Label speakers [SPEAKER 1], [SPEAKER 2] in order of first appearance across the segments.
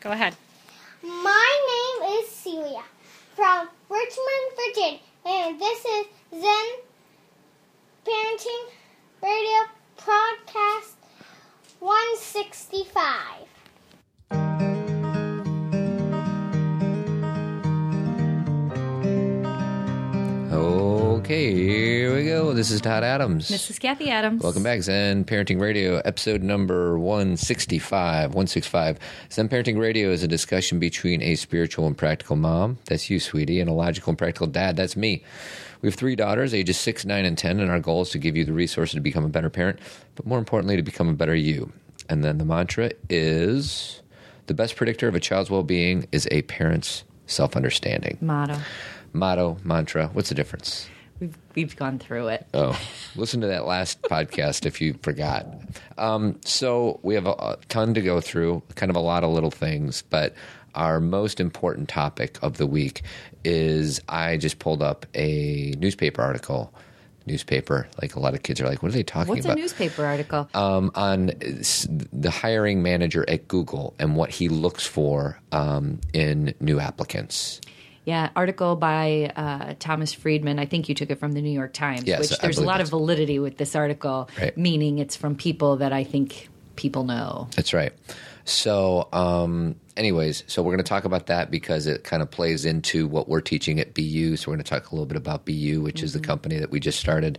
[SPEAKER 1] Go ahead.
[SPEAKER 2] My name is Celia from Richmond, Virginia, and this is Zen Parenting Radio Podcast 165.
[SPEAKER 3] Okay, here we go. This is Todd Adams.
[SPEAKER 1] This is Kathy Adams.
[SPEAKER 3] Welcome back, Zen Parenting Radio, episode number 165. 165. Zen Parenting Radio is a discussion between a spiritual and practical mom, that's you, sweetie, and a logical and practical dad, that's me. We have three daughters, ages 6, 9, and 10, and our goal is to give you the resources to become a better parent, but more importantly, to become a better you. And then the mantra is the best predictor of a child's well being is a parent's self understanding.
[SPEAKER 1] Motto.
[SPEAKER 3] Motto, mantra, what's the difference?
[SPEAKER 1] We've, we've gone through it.
[SPEAKER 3] Oh, listen to that last podcast if you forgot. Um, so we have a, a ton to go through, kind of a lot of little things, but our most important topic of the week is I just pulled up a newspaper article. Newspaper, like a lot of kids are like, what are they talking
[SPEAKER 1] What's a
[SPEAKER 3] about?
[SPEAKER 1] newspaper article?
[SPEAKER 3] um, on s- the hiring manager at Google and what he looks for um, in new applicants.
[SPEAKER 1] yeah, article by uh, Thomas Friedman. I think you took it from the New York Times,
[SPEAKER 3] Yes,
[SPEAKER 1] which
[SPEAKER 3] I
[SPEAKER 1] there's a
[SPEAKER 3] believe
[SPEAKER 1] lot of
[SPEAKER 3] that's-
[SPEAKER 1] validity with this article,
[SPEAKER 3] Right.
[SPEAKER 1] meaning it's from people that I think people know.
[SPEAKER 3] That's right. So, um, anyways, so we're going to talk about that because it kind of plays into what we're teaching at BU. So, we're going to talk a little bit about BU, which is the
[SPEAKER 1] Mm-hmm.
[SPEAKER 3] company that we just started.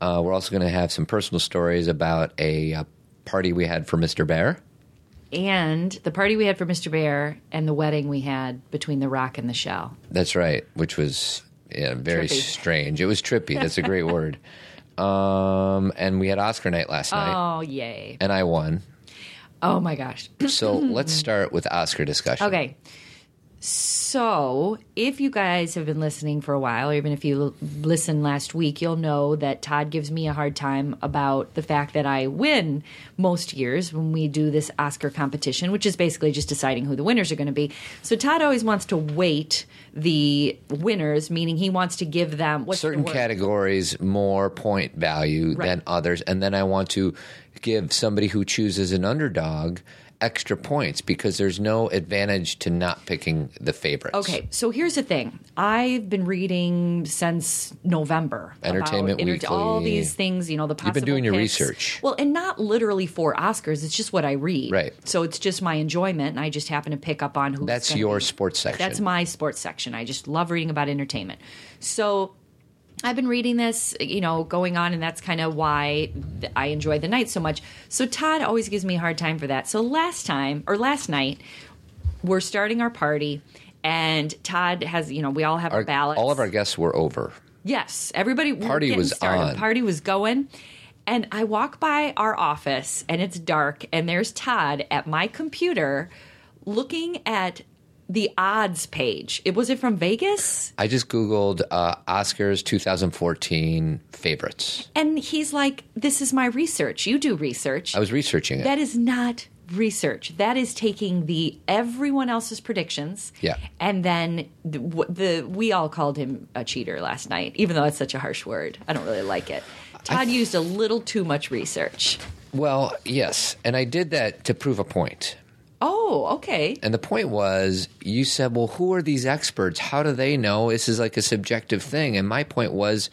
[SPEAKER 3] Uh, we're also going to have some personal stories about a uh, party we had for Mr. Bear.
[SPEAKER 1] And the party we had for Mr. Bear and the wedding we had between the rock and the shell.
[SPEAKER 3] That's right, which was yeah, very
[SPEAKER 1] Trippy.
[SPEAKER 3] strange. It was trippy. That's a great word. Um, and we had Oscar night last night,
[SPEAKER 1] Oh, yay.
[SPEAKER 3] and I won.
[SPEAKER 1] Oh, my gosh.
[SPEAKER 3] So, let's start with Oscar discussion.
[SPEAKER 1] Okay. So, if you guys have been listening for a while, or even if you l- listened last week, you'll know that Todd gives me a hard time about the fact that I win most years when we do this Oscar competition, which is basically just deciding who the winners are going to be. So, Todd always wants to weight the winners, meaning he wants to give them what's the
[SPEAKER 3] certain
[SPEAKER 1] word?
[SPEAKER 3] categories more point value than others and then i want to give somebody who chooses an underdog extra points because there's no advantage to not picking the favorites
[SPEAKER 1] Okay, so here's the thing. I've been reading since November. about
[SPEAKER 3] Entertainment
[SPEAKER 1] All
[SPEAKER 3] Weekly.
[SPEAKER 1] these things, you know, the possible
[SPEAKER 3] been doing your
[SPEAKER 1] picks.
[SPEAKER 3] research.
[SPEAKER 1] Well, and not literally for Oscars. It's just what I read.
[SPEAKER 3] Right.
[SPEAKER 1] So it's just my enjoyment, and I just happen to pick up on who.
[SPEAKER 3] that's your sports section
[SPEAKER 1] That's my sports section. I just love reading about entertainment. So I've been reading this, you know, going on, and that's kind of why th- I enjoy the night so much. So Todd always gives me a hard time for that. So last time or last night, we're starting our party, and Todd has, you know, we all have our,
[SPEAKER 3] Our-
[SPEAKER 1] ballots.
[SPEAKER 3] all of our guests were over
[SPEAKER 1] Yes, everybody. we were
[SPEAKER 3] Party
[SPEAKER 1] getting
[SPEAKER 3] was
[SPEAKER 1] started.
[SPEAKER 3] on.
[SPEAKER 1] Party was going, and I walk by our office, and it's dark, and there's Todd at my computer, looking at the odds page. It was it from Vegas,
[SPEAKER 3] i just googled uh, oscars 2014 favorites
[SPEAKER 1] and he's like, "This is my research. You do research.
[SPEAKER 3] i was researching it
[SPEAKER 1] That is not research. That is taking the everyone else's predictions.
[SPEAKER 3] Yeah.
[SPEAKER 1] And then the, w- the we all called him a cheater last night, even though that's such a harsh word. I don't really like it. Todd used a little too much research.
[SPEAKER 3] well yes and i did that to prove a point
[SPEAKER 1] Oh, okay.
[SPEAKER 3] And the point was, you said, well, who are these experts? How do they know? This is like a subjective thing. And my point was,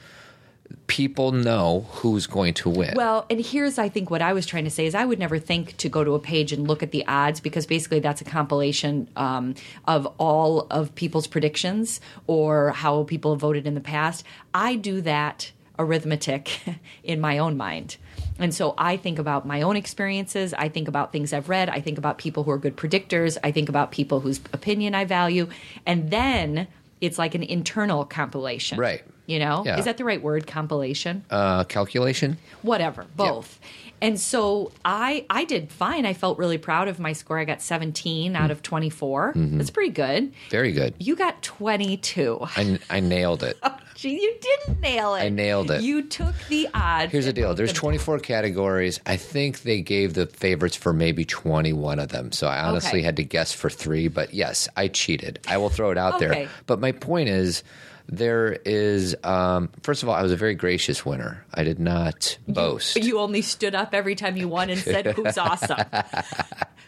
[SPEAKER 3] people know who's going to win.
[SPEAKER 1] Well, and here's I think what I was trying to say is I would never think to go to a page and look at the odds because basically that's a compilation um, of all of people's predictions or how people have voted in the past. I do that arithmetic in my own mind. And so I think about my own experiences. I think about things I've read. I think about people who are good predictors. I think about people whose opinion I value. And then it's like an internal compilation.
[SPEAKER 3] Right.
[SPEAKER 1] You know?
[SPEAKER 3] Yeah.
[SPEAKER 1] Is that the right word? Compilation?
[SPEAKER 3] uh, calculation?
[SPEAKER 1] whatever both and so i i did fine i felt really proud of my score i got 17 out of 24
[SPEAKER 3] Mm-hmm.
[SPEAKER 1] that's pretty good
[SPEAKER 3] Very good.
[SPEAKER 1] you got 22
[SPEAKER 3] I, I nailed it.
[SPEAKER 1] Oh, Gee, you didn't nail it
[SPEAKER 3] I nailed it.
[SPEAKER 1] you took the odds
[SPEAKER 3] Here's the
[SPEAKER 1] and
[SPEAKER 3] deal
[SPEAKER 1] broke
[SPEAKER 3] there's
[SPEAKER 1] them.
[SPEAKER 3] 24 categories. I think they gave the favorites for maybe 21 of them. So I honestly
[SPEAKER 1] Okay.
[SPEAKER 3] had to guess for three. But yes, I cheated. I will throw it out
[SPEAKER 1] Okay.
[SPEAKER 3] there. But my point is, there is, um, first of all, I was a very gracious winner. I did not boast.
[SPEAKER 1] you only stood up every time you won and said who's awesome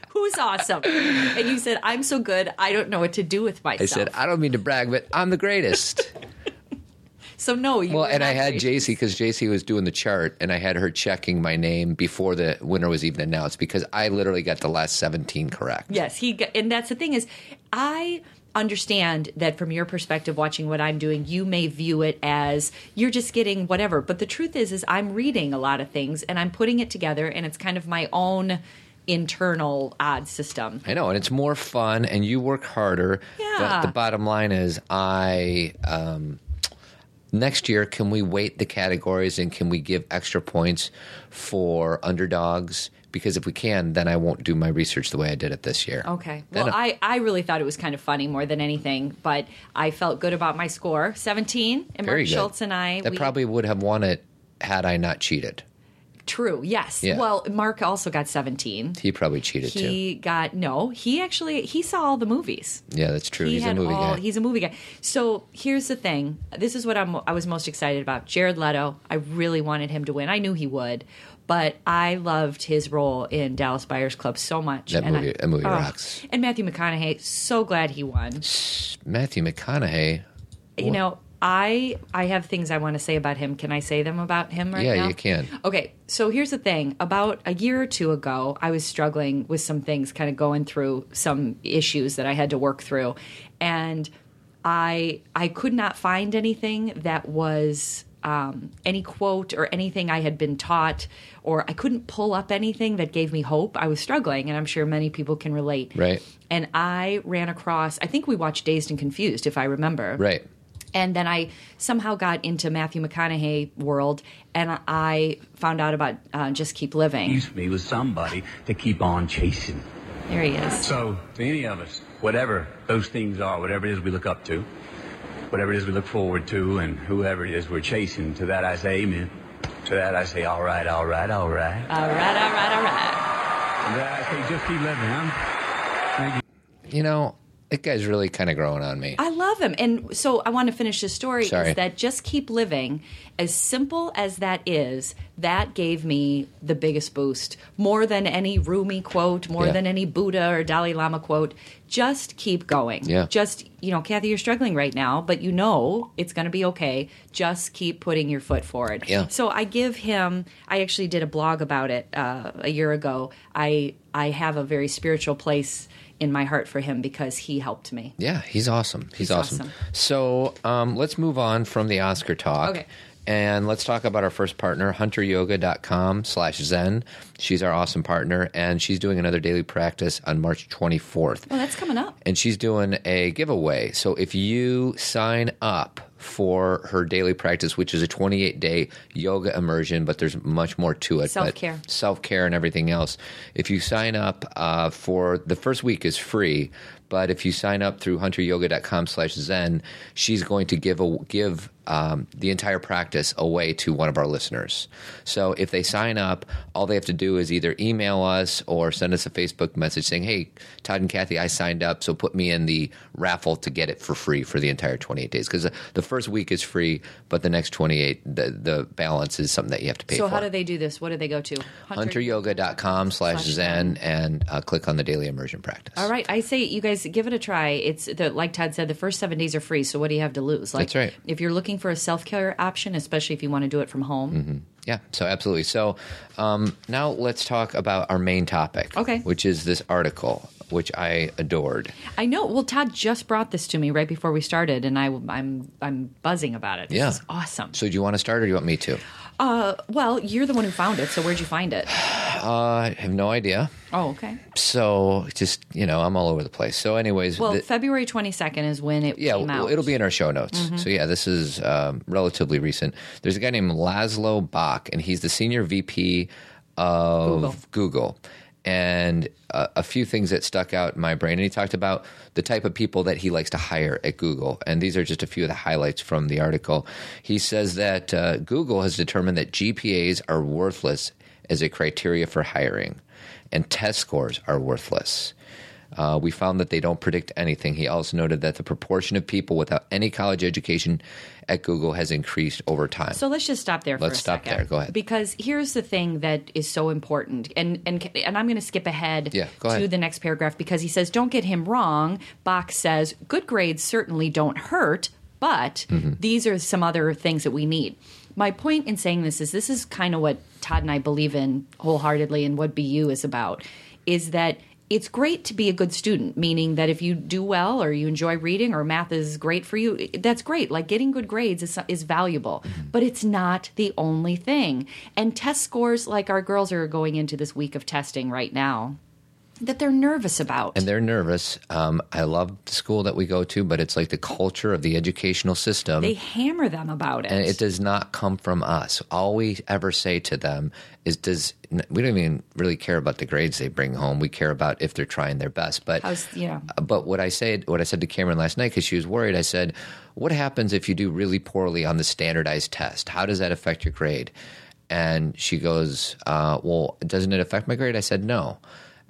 [SPEAKER 1] who's awesome? And you said, I'm so good, I don't know what to do with myself.
[SPEAKER 3] I said, I don't mean to brag, but I'm the greatest.
[SPEAKER 1] so no, you
[SPEAKER 3] Well,
[SPEAKER 1] were
[SPEAKER 3] and I
[SPEAKER 1] not
[SPEAKER 3] had
[SPEAKER 1] great.
[SPEAKER 3] JC because JC was doing the chart, and I had her checking my name before the winner was even announced because I literally got the last 17 correct.
[SPEAKER 1] Yes, he g- and that's the thing is I understand that from your perspective watching what I'm doing you may view it as you're just getting whatever but the truth is is I'm reading a lot of things and I'm putting it together and it's kind of my own internal odd system.
[SPEAKER 3] I know, and it's more fun, and you work harder.
[SPEAKER 1] Yeah.
[SPEAKER 3] But the bottom line is, I um, next year can we weight the categories and can we give extra points for underdogs? Because if we can, then I won't do my research the way I did it this year.
[SPEAKER 1] Okay.
[SPEAKER 3] Then
[SPEAKER 1] Well, I, I really thought it was kind of funny more than anything, but I felt good about my score. 17 and
[SPEAKER 3] very
[SPEAKER 1] Mark
[SPEAKER 3] good.
[SPEAKER 1] Schultz and I
[SPEAKER 3] that
[SPEAKER 1] we-
[SPEAKER 3] probably would have won it had I not cheated.
[SPEAKER 1] True. Yes.
[SPEAKER 3] Yeah.
[SPEAKER 1] Well, Mark also got 17.
[SPEAKER 3] He probably cheated
[SPEAKER 1] He got no. He actually he saw all the movies.
[SPEAKER 3] too. Yeah, that's true.
[SPEAKER 1] He
[SPEAKER 3] he's a
[SPEAKER 1] had
[SPEAKER 3] movie
[SPEAKER 1] all,
[SPEAKER 3] guy.
[SPEAKER 1] He's a movie guy. So here's the thing. This is what I'm, I was most excited about. Jared Leto. I really wanted him to win. I knew he would, but I loved his role in Dallas Buyers Club so much.
[SPEAKER 3] That
[SPEAKER 1] I-
[SPEAKER 3] movie- that movie
[SPEAKER 1] oh.
[SPEAKER 3] rocks.
[SPEAKER 1] And Matthew McConaughey. So glad he won.
[SPEAKER 3] Matthew McConaughey.
[SPEAKER 1] You know, I I have things I want to say about him. Can I say them about him right
[SPEAKER 3] Yeah,
[SPEAKER 1] now?
[SPEAKER 3] you can.
[SPEAKER 1] Okay, so here's the thing. About a year or two ago, I was struggling with some things, kind of going through some issues that I had to work through, and I I could not find anything that was um, any quote or anything I had been taught, or I couldn't pull up anything that gave me hope. I was struggling, and I'm sure many people can relate.
[SPEAKER 3] Right.
[SPEAKER 1] And I ran across. I think we watched Dazed and Confused, if I remember
[SPEAKER 3] Right.
[SPEAKER 1] and then I somehow got into Matthew McConaughey world, and I found out about uh, Just Keep Living.
[SPEAKER 4] Excuse me with somebody to keep on chasing.
[SPEAKER 1] There he is.
[SPEAKER 4] So, to any of us, whatever those things are, whatever it is we look up to, whatever it is we look forward to, and whoever it is we're chasing, to that I say amen. To that I say, all right, all right, all right.
[SPEAKER 1] All right, all right, all right.
[SPEAKER 4] And to that I say, just keep living, huh? Thank you.
[SPEAKER 3] You know, that guy's really kind of growing on me.
[SPEAKER 1] I love him, and so I want to finish this story.
[SPEAKER 3] Sorry.
[SPEAKER 1] Is that Just Keep Living? As simple as that is, that gave me the biggest boost, more than any Rumi quote, more
[SPEAKER 3] Yeah.
[SPEAKER 1] than any Buddha or Dalai Lama quote. Just keep going.
[SPEAKER 3] Yeah.
[SPEAKER 1] Just you know, Kathy, you're struggling right now, but you know it's going to be okay. Just keep putting your foot forward.
[SPEAKER 3] Yeah.
[SPEAKER 1] So I give him. I actually did a blog about it uh, a year ago. I I have a very spiritual place in my heart for him because he helped me.
[SPEAKER 3] yeah, he's awesome. He's,
[SPEAKER 1] He's
[SPEAKER 3] awesome.
[SPEAKER 1] awesome.
[SPEAKER 3] So um, let's move on from the Oscar talk.
[SPEAKER 1] Okay.
[SPEAKER 3] And let's talk about our first partner, hunteryoga.com slash Zen. She's our awesome partner, and she's doing another daily practice on March 24th.
[SPEAKER 1] Well, Oh, that's coming up.
[SPEAKER 3] and she's doing a giveaway. So if you sign up for her daily practice, which is a 28 day yoga immersion, but there's much more to it
[SPEAKER 1] Self-care.
[SPEAKER 3] self care, and everything else. If you sign up uh, for the first week is free, but if you sign up through hunteryoga.com/zen, she's going to give a, give um, the entire practice away to one of our listeners. So if they sign up, all they have to do is either email us or send us a Facebook message saying, "Hey, Todd and Kathy, I signed up, so put me in the raffle to get it for free for the entire 28 days." Because the first week is free, but the next 28, the, the balance is something that you have to pay
[SPEAKER 1] So
[SPEAKER 3] for
[SPEAKER 1] how do they do this? What do they go to? Hunter-
[SPEAKER 3] hunteryoga.com slash zen and uh, click on the daily immersion practice.
[SPEAKER 1] All right, I say you guys give it a try. It's the, like Todd said, the first seven days are free. So what do you have to lose? Like,
[SPEAKER 3] That's right.
[SPEAKER 1] If you're looking for a self care option, especially if you want to do it from home,
[SPEAKER 3] Mm-hmm. Yeah, so absolutely. So um, now let's talk about our main topic,
[SPEAKER 1] Okay.
[SPEAKER 3] which is this article, which I adored.
[SPEAKER 1] I know. Well, Todd just brought this to me right before we started, and I, I'm I'm buzzing about it. This
[SPEAKER 3] Yeah.
[SPEAKER 1] is awesome.
[SPEAKER 3] So do you want to start or do you want me to?
[SPEAKER 1] well, you're the one who found it. So where'd you find it?
[SPEAKER 3] Uh, I have no idea.
[SPEAKER 1] Oh, okay.
[SPEAKER 3] So just, you know, I'm all over the place. So anyways.
[SPEAKER 1] Well,
[SPEAKER 3] the-
[SPEAKER 1] February 22nd is when it
[SPEAKER 3] yeah,
[SPEAKER 1] came
[SPEAKER 3] well,
[SPEAKER 1] out. Mm-hmm.
[SPEAKER 3] it'll be in our show notes. So yeah, this is um, relatively recent. There's a guy named Laszlo Bach, and he's the senior VP of Google. And uh, a few things that stuck out in my brain. And he talked about the type of people that he likes to hire at Google. And these are just a few of the highlights from the article. He says that uh, Google has determined that GPAs are worthless as a criteria for hiring, and test scores are worthless. Uh, we found that they don't predict anything. He also noted that the proportion of people without any college education at Google has increased over time.
[SPEAKER 1] So let's just stop there. for
[SPEAKER 3] Let's
[SPEAKER 1] a
[SPEAKER 3] stop
[SPEAKER 1] second.
[SPEAKER 3] there. Go ahead.
[SPEAKER 1] Because here's the thing that is so important, and and and I'm going to skip ahead
[SPEAKER 3] Yeah, go
[SPEAKER 1] to
[SPEAKER 3] ahead.
[SPEAKER 1] the next paragraph because he says, "Don't get him wrong." Bach says, "Good grades certainly don't hurt, but these are some other things that we need." My point in saying this is this is kind of what Todd and I believe in wholeheartedly, and what BU is about is that. It's great to be a good student, meaning that if you do well or you enjoy reading or math is great for you, that's great. Like getting good grades is, is valuable, but it's not the only thing. And test scores, like our girls are going into this week of testing right now, that they're nervous about.
[SPEAKER 3] and they're nervous. Um, I love the school that we go to, but it's like the culture of the educational system.
[SPEAKER 1] they hammer them about it.
[SPEAKER 3] and it does not come from us. All we ever say to them is, "Does we don't even really care about the grades they bring home. We care about if they're trying their best." But
[SPEAKER 1] How's- yeah.
[SPEAKER 3] But what I said, what I said to Cameron last night, because she was worried, I said, "What happens if you do really poorly on the standardized test? How does that affect your grade?" And she goes, uh, "Well, doesn't it affect my grade?" I said, "No."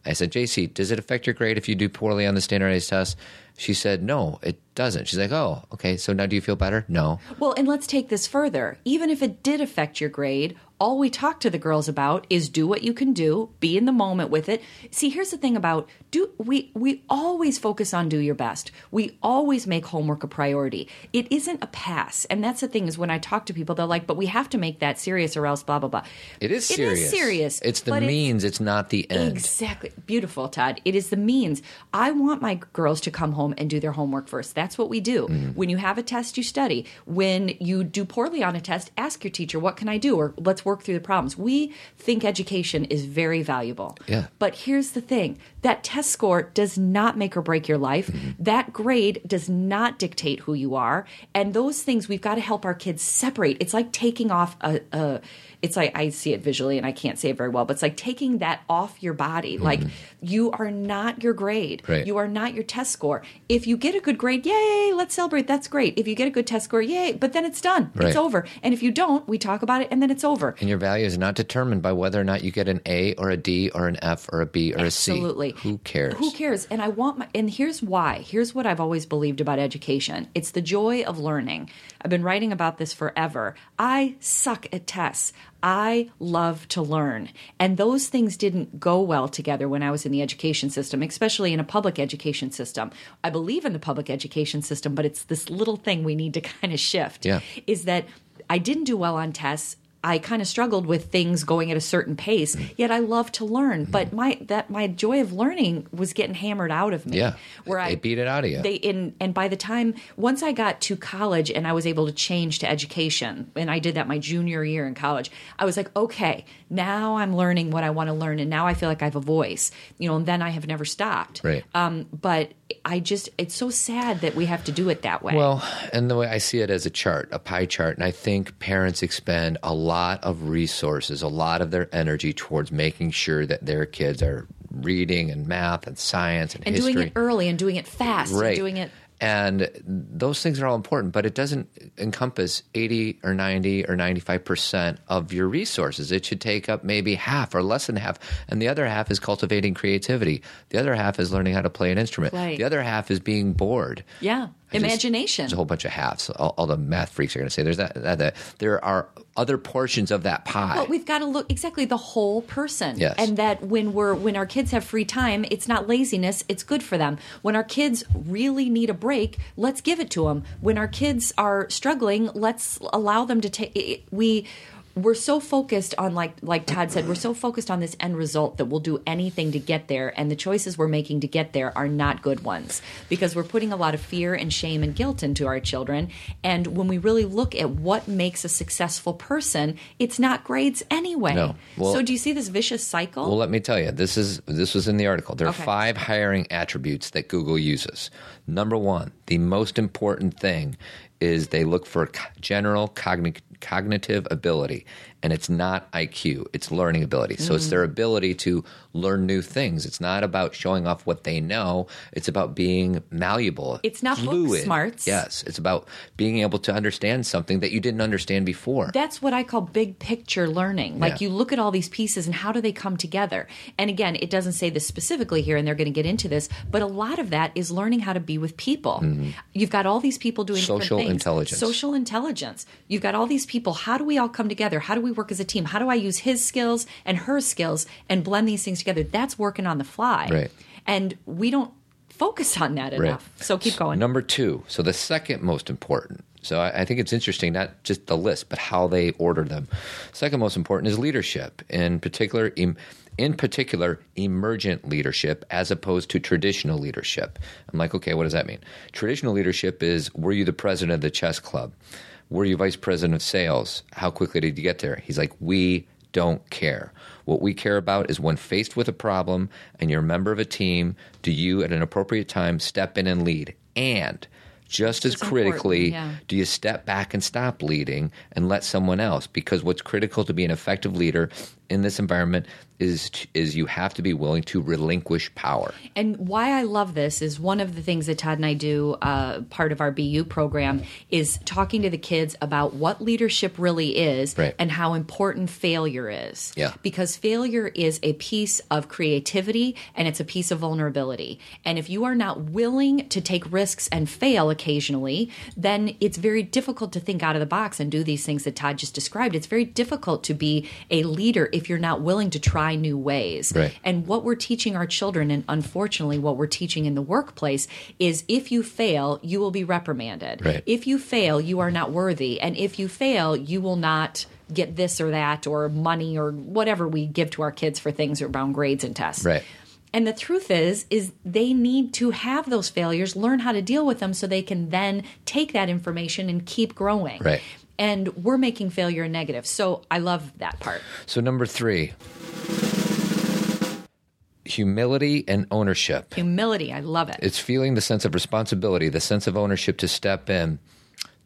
[SPEAKER 3] I said, "JC, does it affect your grade if you do poorly on the standardized test?" She said, "No, it doesn't." She's like, "Oh, okay. So now do you feel better?" No.
[SPEAKER 1] Well, and let's take this further. Even if it did affect your grade, all we talk to the girls about is do what you can do, be in the moment with it. See, here's the thing about do we we always focus on do your best. We always make homework a priority. It isn't a pass. And that's the thing is when I talk to people they're like, "But we have to make that serious or else blah blah blah."
[SPEAKER 3] It is serious.
[SPEAKER 1] It is serious.
[SPEAKER 3] It's the
[SPEAKER 1] but it's-
[SPEAKER 3] means, it's, not the end.
[SPEAKER 1] Exactly. Beautiful, Todd. It is the means. I want my girls to come home and do their homework first. That's what we do. When you have a test, you study. When you do poorly on a test, ask your teacher, what can I do? Or let's work through the problems. We think education is very valuable.
[SPEAKER 3] Yeah.
[SPEAKER 1] But here's the thing that test score does not make or break your life.
[SPEAKER 3] Mm-hmm.
[SPEAKER 1] That grade does not dictate who you are. And those things we've got to help our kids separate. It's like taking off a, a it's like I see it visually and I can't say it very well, but it's like taking that off your body. Like you are not your grade.
[SPEAKER 3] Mm-hmm. Right.
[SPEAKER 1] You are not your test score. If you get a good grade, yay, let's celebrate. That's great. If you get a good test score, yay, but then it's done.
[SPEAKER 3] Right.
[SPEAKER 1] It's over. And if you don't, we talk about it and then it's over.
[SPEAKER 3] and your value is not determined by whether or not you get an A or a D or an F or a B or
[SPEAKER 1] Absolutely.
[SPEAKER 3] a C. Who cares?
[SPEAKER 1] Who cares? And I want my and here's why. Here's what I've always believed about education. It's the joy of learning. I've been writing about this forever. I suck at tests. I love to learn. And those things didn't go well together when I was in the education system, especially in a public education system. I believe in the public education system, but it's this little thing we need to kind of shift
[SPEAKER 3] Yeah.
[SPEAKER 1] is that I didn't do well on tests. I kind of struggled with things going at a certain pace, yet I love to learn.
[SPEAKER 3] Mm-hmm.
[SPEAKER 1] But my that my joy of learning was getting hammered out of me.
[SPEAKER 3] Yeah.
[SPEAKER 1] where I
[SPEAKER 3] They beat it out of you.
[SPEAKER 1] They in and by the time once I got to college and I was able to change to education, and I did that my junior year in college. I was like, okay, now I'm learning what I want to learn, and now I feel like I have a voice. You know, and then I have never stopped.
[SPEAKER 3] Right.
[SPEAKER 1] Um, but I just it's so sad that we have to do it that way.
[SPEAKER 3] Well, and the way I see it as a chart, a pie chart, and I think parents expend a lot of resources, a lot of their energy towards making sure that their kids are reading and math and science and,
[SPEAKER 1] and
[SPEAKER 3] history.
[SPEAKER 1] doing it early and doing it fast and doing it
[SPEAKER 3] and those things are all important but it doesn't encompass 80 or 90 or 95% of your resources it should take up maybe half or less than half and the other half is cultivating creativity the other half is learning how to play an instrument
[SPEAKER 1] Right.
[SPEAKER 3] the other half is being bored
[SPEAKER 1] yeah
[SPEAKER 3] I just-
[SPEAKER 1] imagination
[SPEAKER 3] there's a whole bunch of halves all, all the math freaks are going to say there's that, that, that there are other portions of that pie
[SPEAKER 1] but we've got to look exactly the whole person
[SPEAKER 3] Yes.
[SPEAKER 1] and that when we're when our kids have free time it's not laziness it's good for them when our kids really need a break let's give it to them when our kids are struggling let's allow them to take it- we we're so focused on like like Todd said we're so focused on this end result that we'll do anything to get there and the choices we're making to get there are not good ones because we're putting a lot of fear and shame and guilt into our children and when we really look at what makes a successful person it's not grades anyway
[SPEAKER 3] No. Well-
[SPEAKER 1] so do you see this vicious cycle
[SPEAKER 3] Well, let me tell you. This is this was in the article. There are
[SPEAKER 1] Okay.
[SPEAKER 3] five hiring attributes that Google uses. Number one, the most important thing is they look for co- general cogni- cognitive ability, and it's not IQ, it's learning ability. So
[SPEAKER 1] Mm.
[SPEAKER 3] it's their ability to learn new things. It's not about showing off what they know, it's about being malleable.
[SPEAKER 1] It's not book
[SPEAKER 3] fluid.
[SPEAKER 1] smarts.
[SPEAKER 3] Yes, it's about being able to understand something that you didn't understand before.
[SPEAKER 1] that's what I call big picture learning. Like
[SPEAKER 3] Yeah.
[SPEAKER 1] you look at all these pieces and how do they come together? And again, it doesn't say this specifically here, and they're going to get into this, but a lot of that is learning how to be with people. You've got all these people doing different
[SPEAKER 3] Mm-hmm. Social
[SPEAKER 1] things.
[SPEAKER 3] intelligence.
[SPEAKER 1] social intelligence. You've got all these people. How do we all come together? How do we work as a team? How do I use his skills and her skills and blend these things together? That's working on the fly,
[SPEAKER 3] Right.
[SPEAKER 1] And we don't focus on that enough. So keep going.
[SPEAKER 3] Number two. So the second most important. So I, I think it's interesting, not just the list, but how they order them. Second most important is leadership, in particular, em, in particular, emergent leadership as opposed to traditional leadership. I'm like, okay, what does that mean? Traditional leadership is: Were you the president of the chess club? Were you vice president of sales? How quickly did you get there? He's like, we don't care. What we care about is when faced with a problem and you're a member of a team, do you at an appropriate time step in and lead? And just as
[SPEAKER 1] important,
[SPEAKER 3] critically,
[SPEAKER 1] yeah.
[SPEAKER 3] do you step back and stop leading and let someone else? Because what's critical to be an effective leader in this environment is is you have to be willing to relinquish power.
[SPEAKER 1] And why I love this is one of the things that Todd and I do, uh, part of our BU program, is talking to the kids about what leadership really is
[SPEAKER 3] Right.
[SPEAKER 1] and how important failure is.
[SPEAKER 3] Yeah.
[SPEAKER 1] Because failure is a piece of creativity and it's a piece of vulnerability. And if you are not willing to take risks and fail occasionally, then it's very difficult to think out of the box and do these things that Todd just described. It's very difficult to be a leader if you're not willing to try new ways.
[SPEAKER 3] Right.
[SPEAKER 1] And what we're teaching our children, and unfortunately, what we're teaching in the workplace, is if you fail, you will be reprimanded.
[SPEAKER 3] Right.
[SPEAKER 1] If you fail, you are not worthy. And if you fail, you will not get this or that or money or whatever we give to our kids for things around grades and tests.
[SPEAKER 3] Right.
[SPEAKER 1] And the truth is, is they need to have those failures, learn how to deal with them so they can then take that information and keep growing.
[SPEAKER 3] Right.
[SPEAKER 1] And we're making failure a negative. So I love that part.
[SPEAKER 3] So number 3, humility and ownership.
[SPEAKER 1] Humility, I love it.
[SPEAKER 3] it's feeling the sense of responsibility, the sense of ownership to step in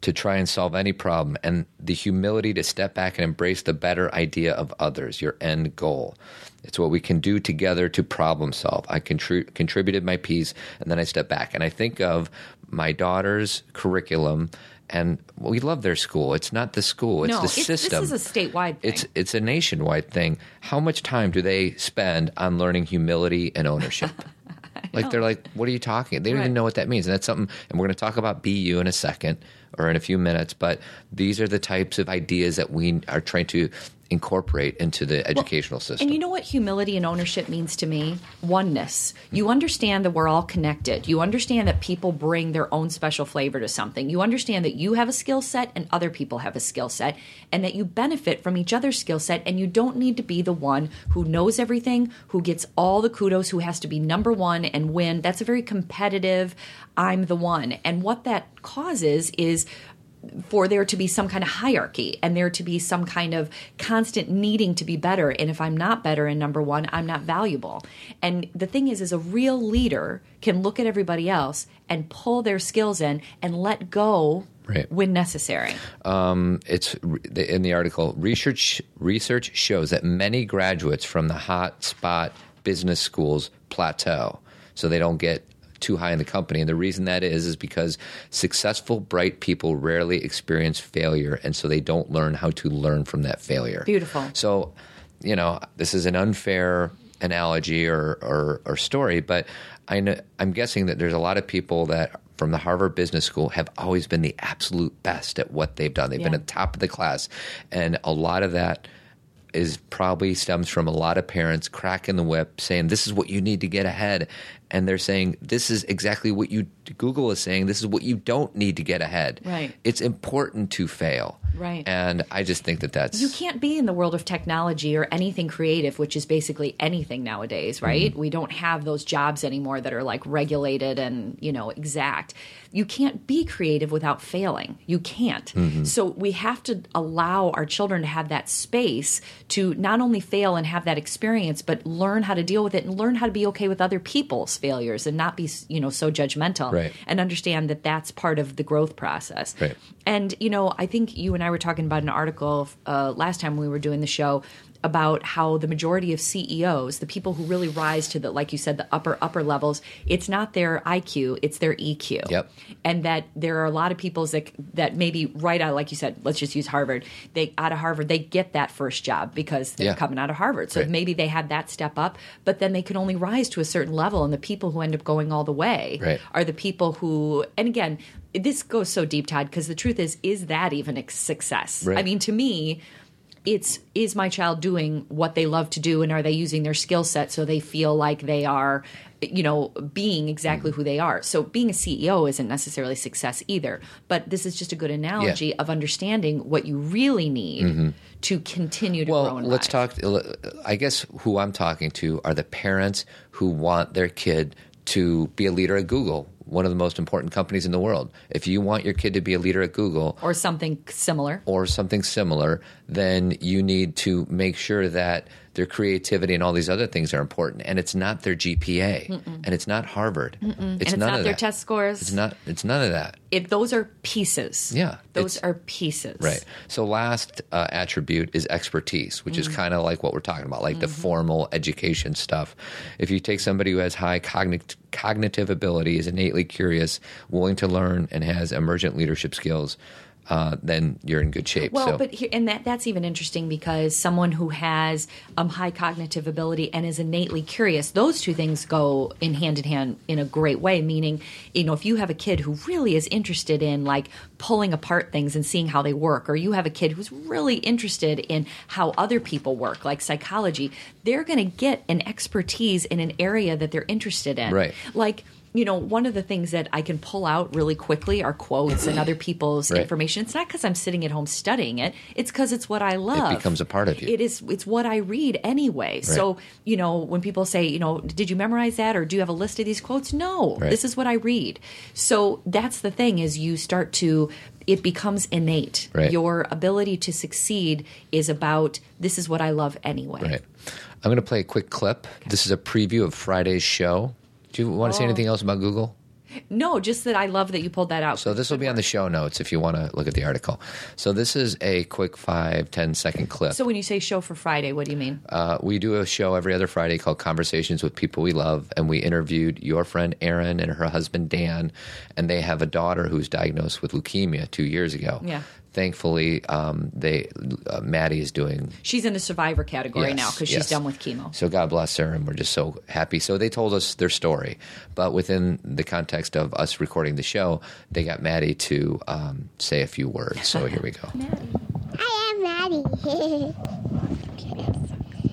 [SPEAKER 3] to try and solve any problem, and the humility to step back and embrace the better idea of others, your end goal. It's what we can do together to problem solve. I contri- contributed my piece, and then I step back. And I think of my daughter's curriculum, and we love their school. It's not the school, it's
[SPEAKER 1] no,
[SPEAKER 3] the
[SPEAKER 1] it's-
[SPEAKER 3] system
[SPEAKER 1] This is a statewide thing.
[SPEAKER 3] it's it's a nationwide thing. How much time do they spend on learning humility and ownership? like they're like, what are you talking? They don't
[SPEAKER 1] Right.
[SPEAKER 3] even know what that means, and that's something. And we're going to talk about BU in a second or in a few minutes. But these are the types of ideas that we are trying to incorporate into the educational system.
[SPEAKER 1] And you know what humility and ownership means to me? Oneness. You understand that we're all connected. You understand that people bring their own special flavor to something. You understand that you have a skill set and other people have a skill set, and that you benefit from each other's skill set, and you don't need to be the one who knows everything, who gets all the kudos, who has to be number one and win. That's a very competitive, I'm the one. And what that causes is for there to be some kind of hierarchy and there to be some kind of constant needing to be better and if i'm not better in number one i'm not valuable and the thing is is a real leader can look at everybody else and pull their skills in and let go
[SPEAKER 3] Right.
[SPEAKER 1] when necessary
[SPEAKER 3] it's in the article research research shows that many graduates from the hot spot business schools plateau so they don't get too high in the company and the reason that is is because successful bright people rarely experience failure and so they don't learn how to learn from that failure
[SPEAKER 1] Beautiful.
[SPEAKER 3] so you know this is an unfair analogy or or, or story but I know, i'm guessing that there's a lot of people that from the harvard business school have always been the absolute best at what they've done they've been
[SPEAKER 1] Yeah.
[SPEAKER 3] at the top of the class and a lot of that is probably stems from a lot of parents cracking the whip saying this is what you need to get ahead and they're saying this is exactly what you google is saying this is what you don't need to get ahead
[SPEAKER 1] Right.
[SPEAKER 3] it's important to fail
[SPEAKER 1] Right.
[SPEAKER 3] and i just think that that's
[SPEAKER 1] you can't be in the world of technology or anything creative, which is basically anything nowadays,
[SPEAKER 3] Mm-hmm.
[SPEAKER 1] right? We don't have those jobs anymore that are like regulated and, you know, exact. You can't be creative without failing. You can't.
[SPEAKER 3] Mm-hmm.
[SPEAKER 1] So we have to allow our children to have that space to not only fail and have that experience, but learn how to deal with it and learn how to be okay with other people's failures and not be you know so judgmental
[SPEAKER 3] Right.
[SPEAKER 1] and understand that that's part of the growth process
[SPEAKER 3] Right.
[SPEAKER 1] and you know i think you and i were talking about an article uh, last time we were doing the show about how the majority of ceos the people who really rise to the like you said the upper upper levels it's not their iq it's their eq
[SPEAKER 3] Yep.
[SPEAKER 1] and that there are a lot of people that that maybe right out like you said let's just use harvard they out of harvard they get that first job because they're
[SPEAKER 3] Yeah.
[SPEAKER 1] coming out of harvard so
[SPEAKER 3] Right.
[SPEAKER 1] maybe they had that step up but then they can only rise to a certain level and the people who end up going all the way
[SPEAKER 3] Right.
[SPEAKER 1] are the people who and again this goes so deep todd because the truth is is that even a success i
[SPEAKER 3] Right.
[SPEAKER 1] mean to me it's is my child doing what they love to do and are they using their skill set so they feel like they are you know being exactly
[SPEAKER 3] Mm-hmm.
[SPEAKER 1] who they are so being a ceo isn't necessarily success either but this is just a good analogy of understanding what you really need to continue to
[SPEAKER 3] Mm-hmm. Well,
[SPEAKER 1] grow and
[SPEAKER 3] let's
[SPEAKER 1] rise.
[SPEAKER 3] talk. uh, I guess who I'm talking to are the parents who want their kid to be a leader at Google, one of the most important companies in the world. If you want your kid to be a leader at Google,
[SPEAKER 1] or something similar
[SPEAKER 3] or something similar, then you need to make sure that their creativity and all these other things are important. And it's not their GPA, and it's not Harvard, it's
[SPEAKER 1] and it's
[SPEAKER 3] none
[SPEAKER 1] not
[SPEAKER 3] of
[SPEAKER 1] their
[SPEAKER 3] that.
[SPEAKER 1] test scores
[SPEAKER 3] It's not. It's none of that.
[SPEAKER 1] it, those are pieces
[SPEAKER 3] Yeah,
[SPEAKER 1] those
[SPEAKER 3] it's-
[SPEAKER 1] are pieces
[SPEAKER 3] Right. So, last uh, attribute is expertise, which
[SPEAKER 1] Mm.
[SPEAKER 3] is kind of like what we're talking about, like the
[SPEAKER 1] Mm-hmm.
[SPEAKER 3] formal education stuff. If you take somebody who has high cognit- cognitive ability, is innately curious, willing to learn, and has emergent leadership skills, uh, then you're in good shape.
[SPEAKER 1] Well,
[SPEAKER 3] so,
[SPEAKER 1] but here, and that that's even interesting because someone who has um, high cognitive ability and is innately curious, those two things go in hand in hand in a great way. Meaning, you know, if you have a kid who really is interested in like pulling apart things and seeing how they work, or you have a kid who's really interested in how other people work, like psychology, they're going to get an expertise in an area that they're interested in.
[SPEAKER 3] Right.
[SPEAKER 1] Like. You know, one of the things that I can pull out really quickly are quotes and other people's
[SPEAKER 3] Right.
[SPEAKER 1] information information. It's not because I'm sitting at home studying it. It's because it's what I love.
[SPEAKER 3] becomes a part of you.
[SPEAKER 1] It is. It's what I read anyway. So you know, when people say, you know, did you memorize that or do you have a list of these quotes? No,
[SPEAKER 3] Right.
[SPEAKER 1] this is what I read. So that's the thing is you start to. It becomes innate.
[SPEAKER 3] Right.
[SPEAKER 1] Your ability to succeed is about this is what I love anyway.
[SPEAKER 3] Right. I'm going to play a quick clip. This is a preview of Friday's show. Do you want to
[SPEAKER 1] Oh.
[SPEAKER 3] say anything else about Google?
[SPEAKER 1] No, just that I love that you pulled that out.
[SPEAKER 3] So this will be on the show notes if you want to look at the article. So this is a quick five, ten second clip.
[SPEAKER 1] so when you say show for Friday, what do you mean?
[SPEAKER 3] uh, we do a show every other Friday called Conversations with People We Love, and we interviewed your friend Erin and her husband Dan, and they have a daughter who's diagnosed with leukemia two years ago.
[SPEAKER 1] Yeah.
[SPEAKER 3] Thankfully, um, they uh, Maddie is doing
[SPEAKER 1] She's in the survivor category now because she's
[SPEAKER 3] yes.
[SPEAKER 1] done with chemo.
[SPEAKER 3] So God bless her, and we're just so happy. So they told us their story, but within the context of us recording the show, they got Maddie to um, say a few words. So here we go.
[SPEAKER 2] I am Maddie.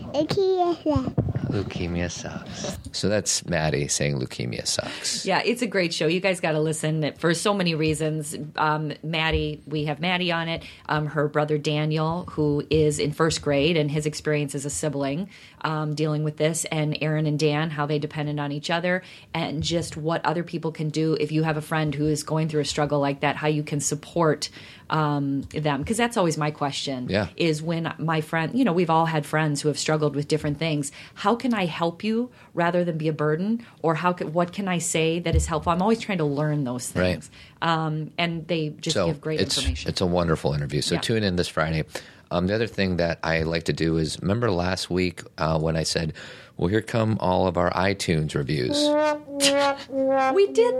[SPEAKER 2] Akiya.
[SPEAKER 3] leukemia sucks. So that's Maddie saying leukemia sucks.
[SPEAKER 1] Yeah, it's a great show. You guys got to listen for so many reasons. Um, Maddie, we have Maddie on it. Um, her brother Daniel, who is in first grade, and his experience as a sibling um, dealing with this, and Aaron and Dan, how they depended on each other, and just what other people can do if you have a friend who is going through a struggle like that, how you can support um, them. Because that's always my question
[SPEAKER 3] Yeah.
[SPEAKER 1] is when my friend, you know, we've all had friends who have struggled with different things. How can I help you rather than be a burden? Or how can, what can I say that is helpful? I'm always trying to learn those things. Um, and they just
[SPEAKER 3] So
[SPEAKER 1] give great
[SPEAKER 3] it's
[SPEAKER 1] information.
[SPEAKER 3] it's a wonderful interview. So
[SPEAKER 1] Yeah.
[SPEAKER 3] tune in this Friday. Um, the other thing that I like to do is remember last week uh, when I said, "Well, here come all of our iTunes reviews."
[SPEAKER 1] we did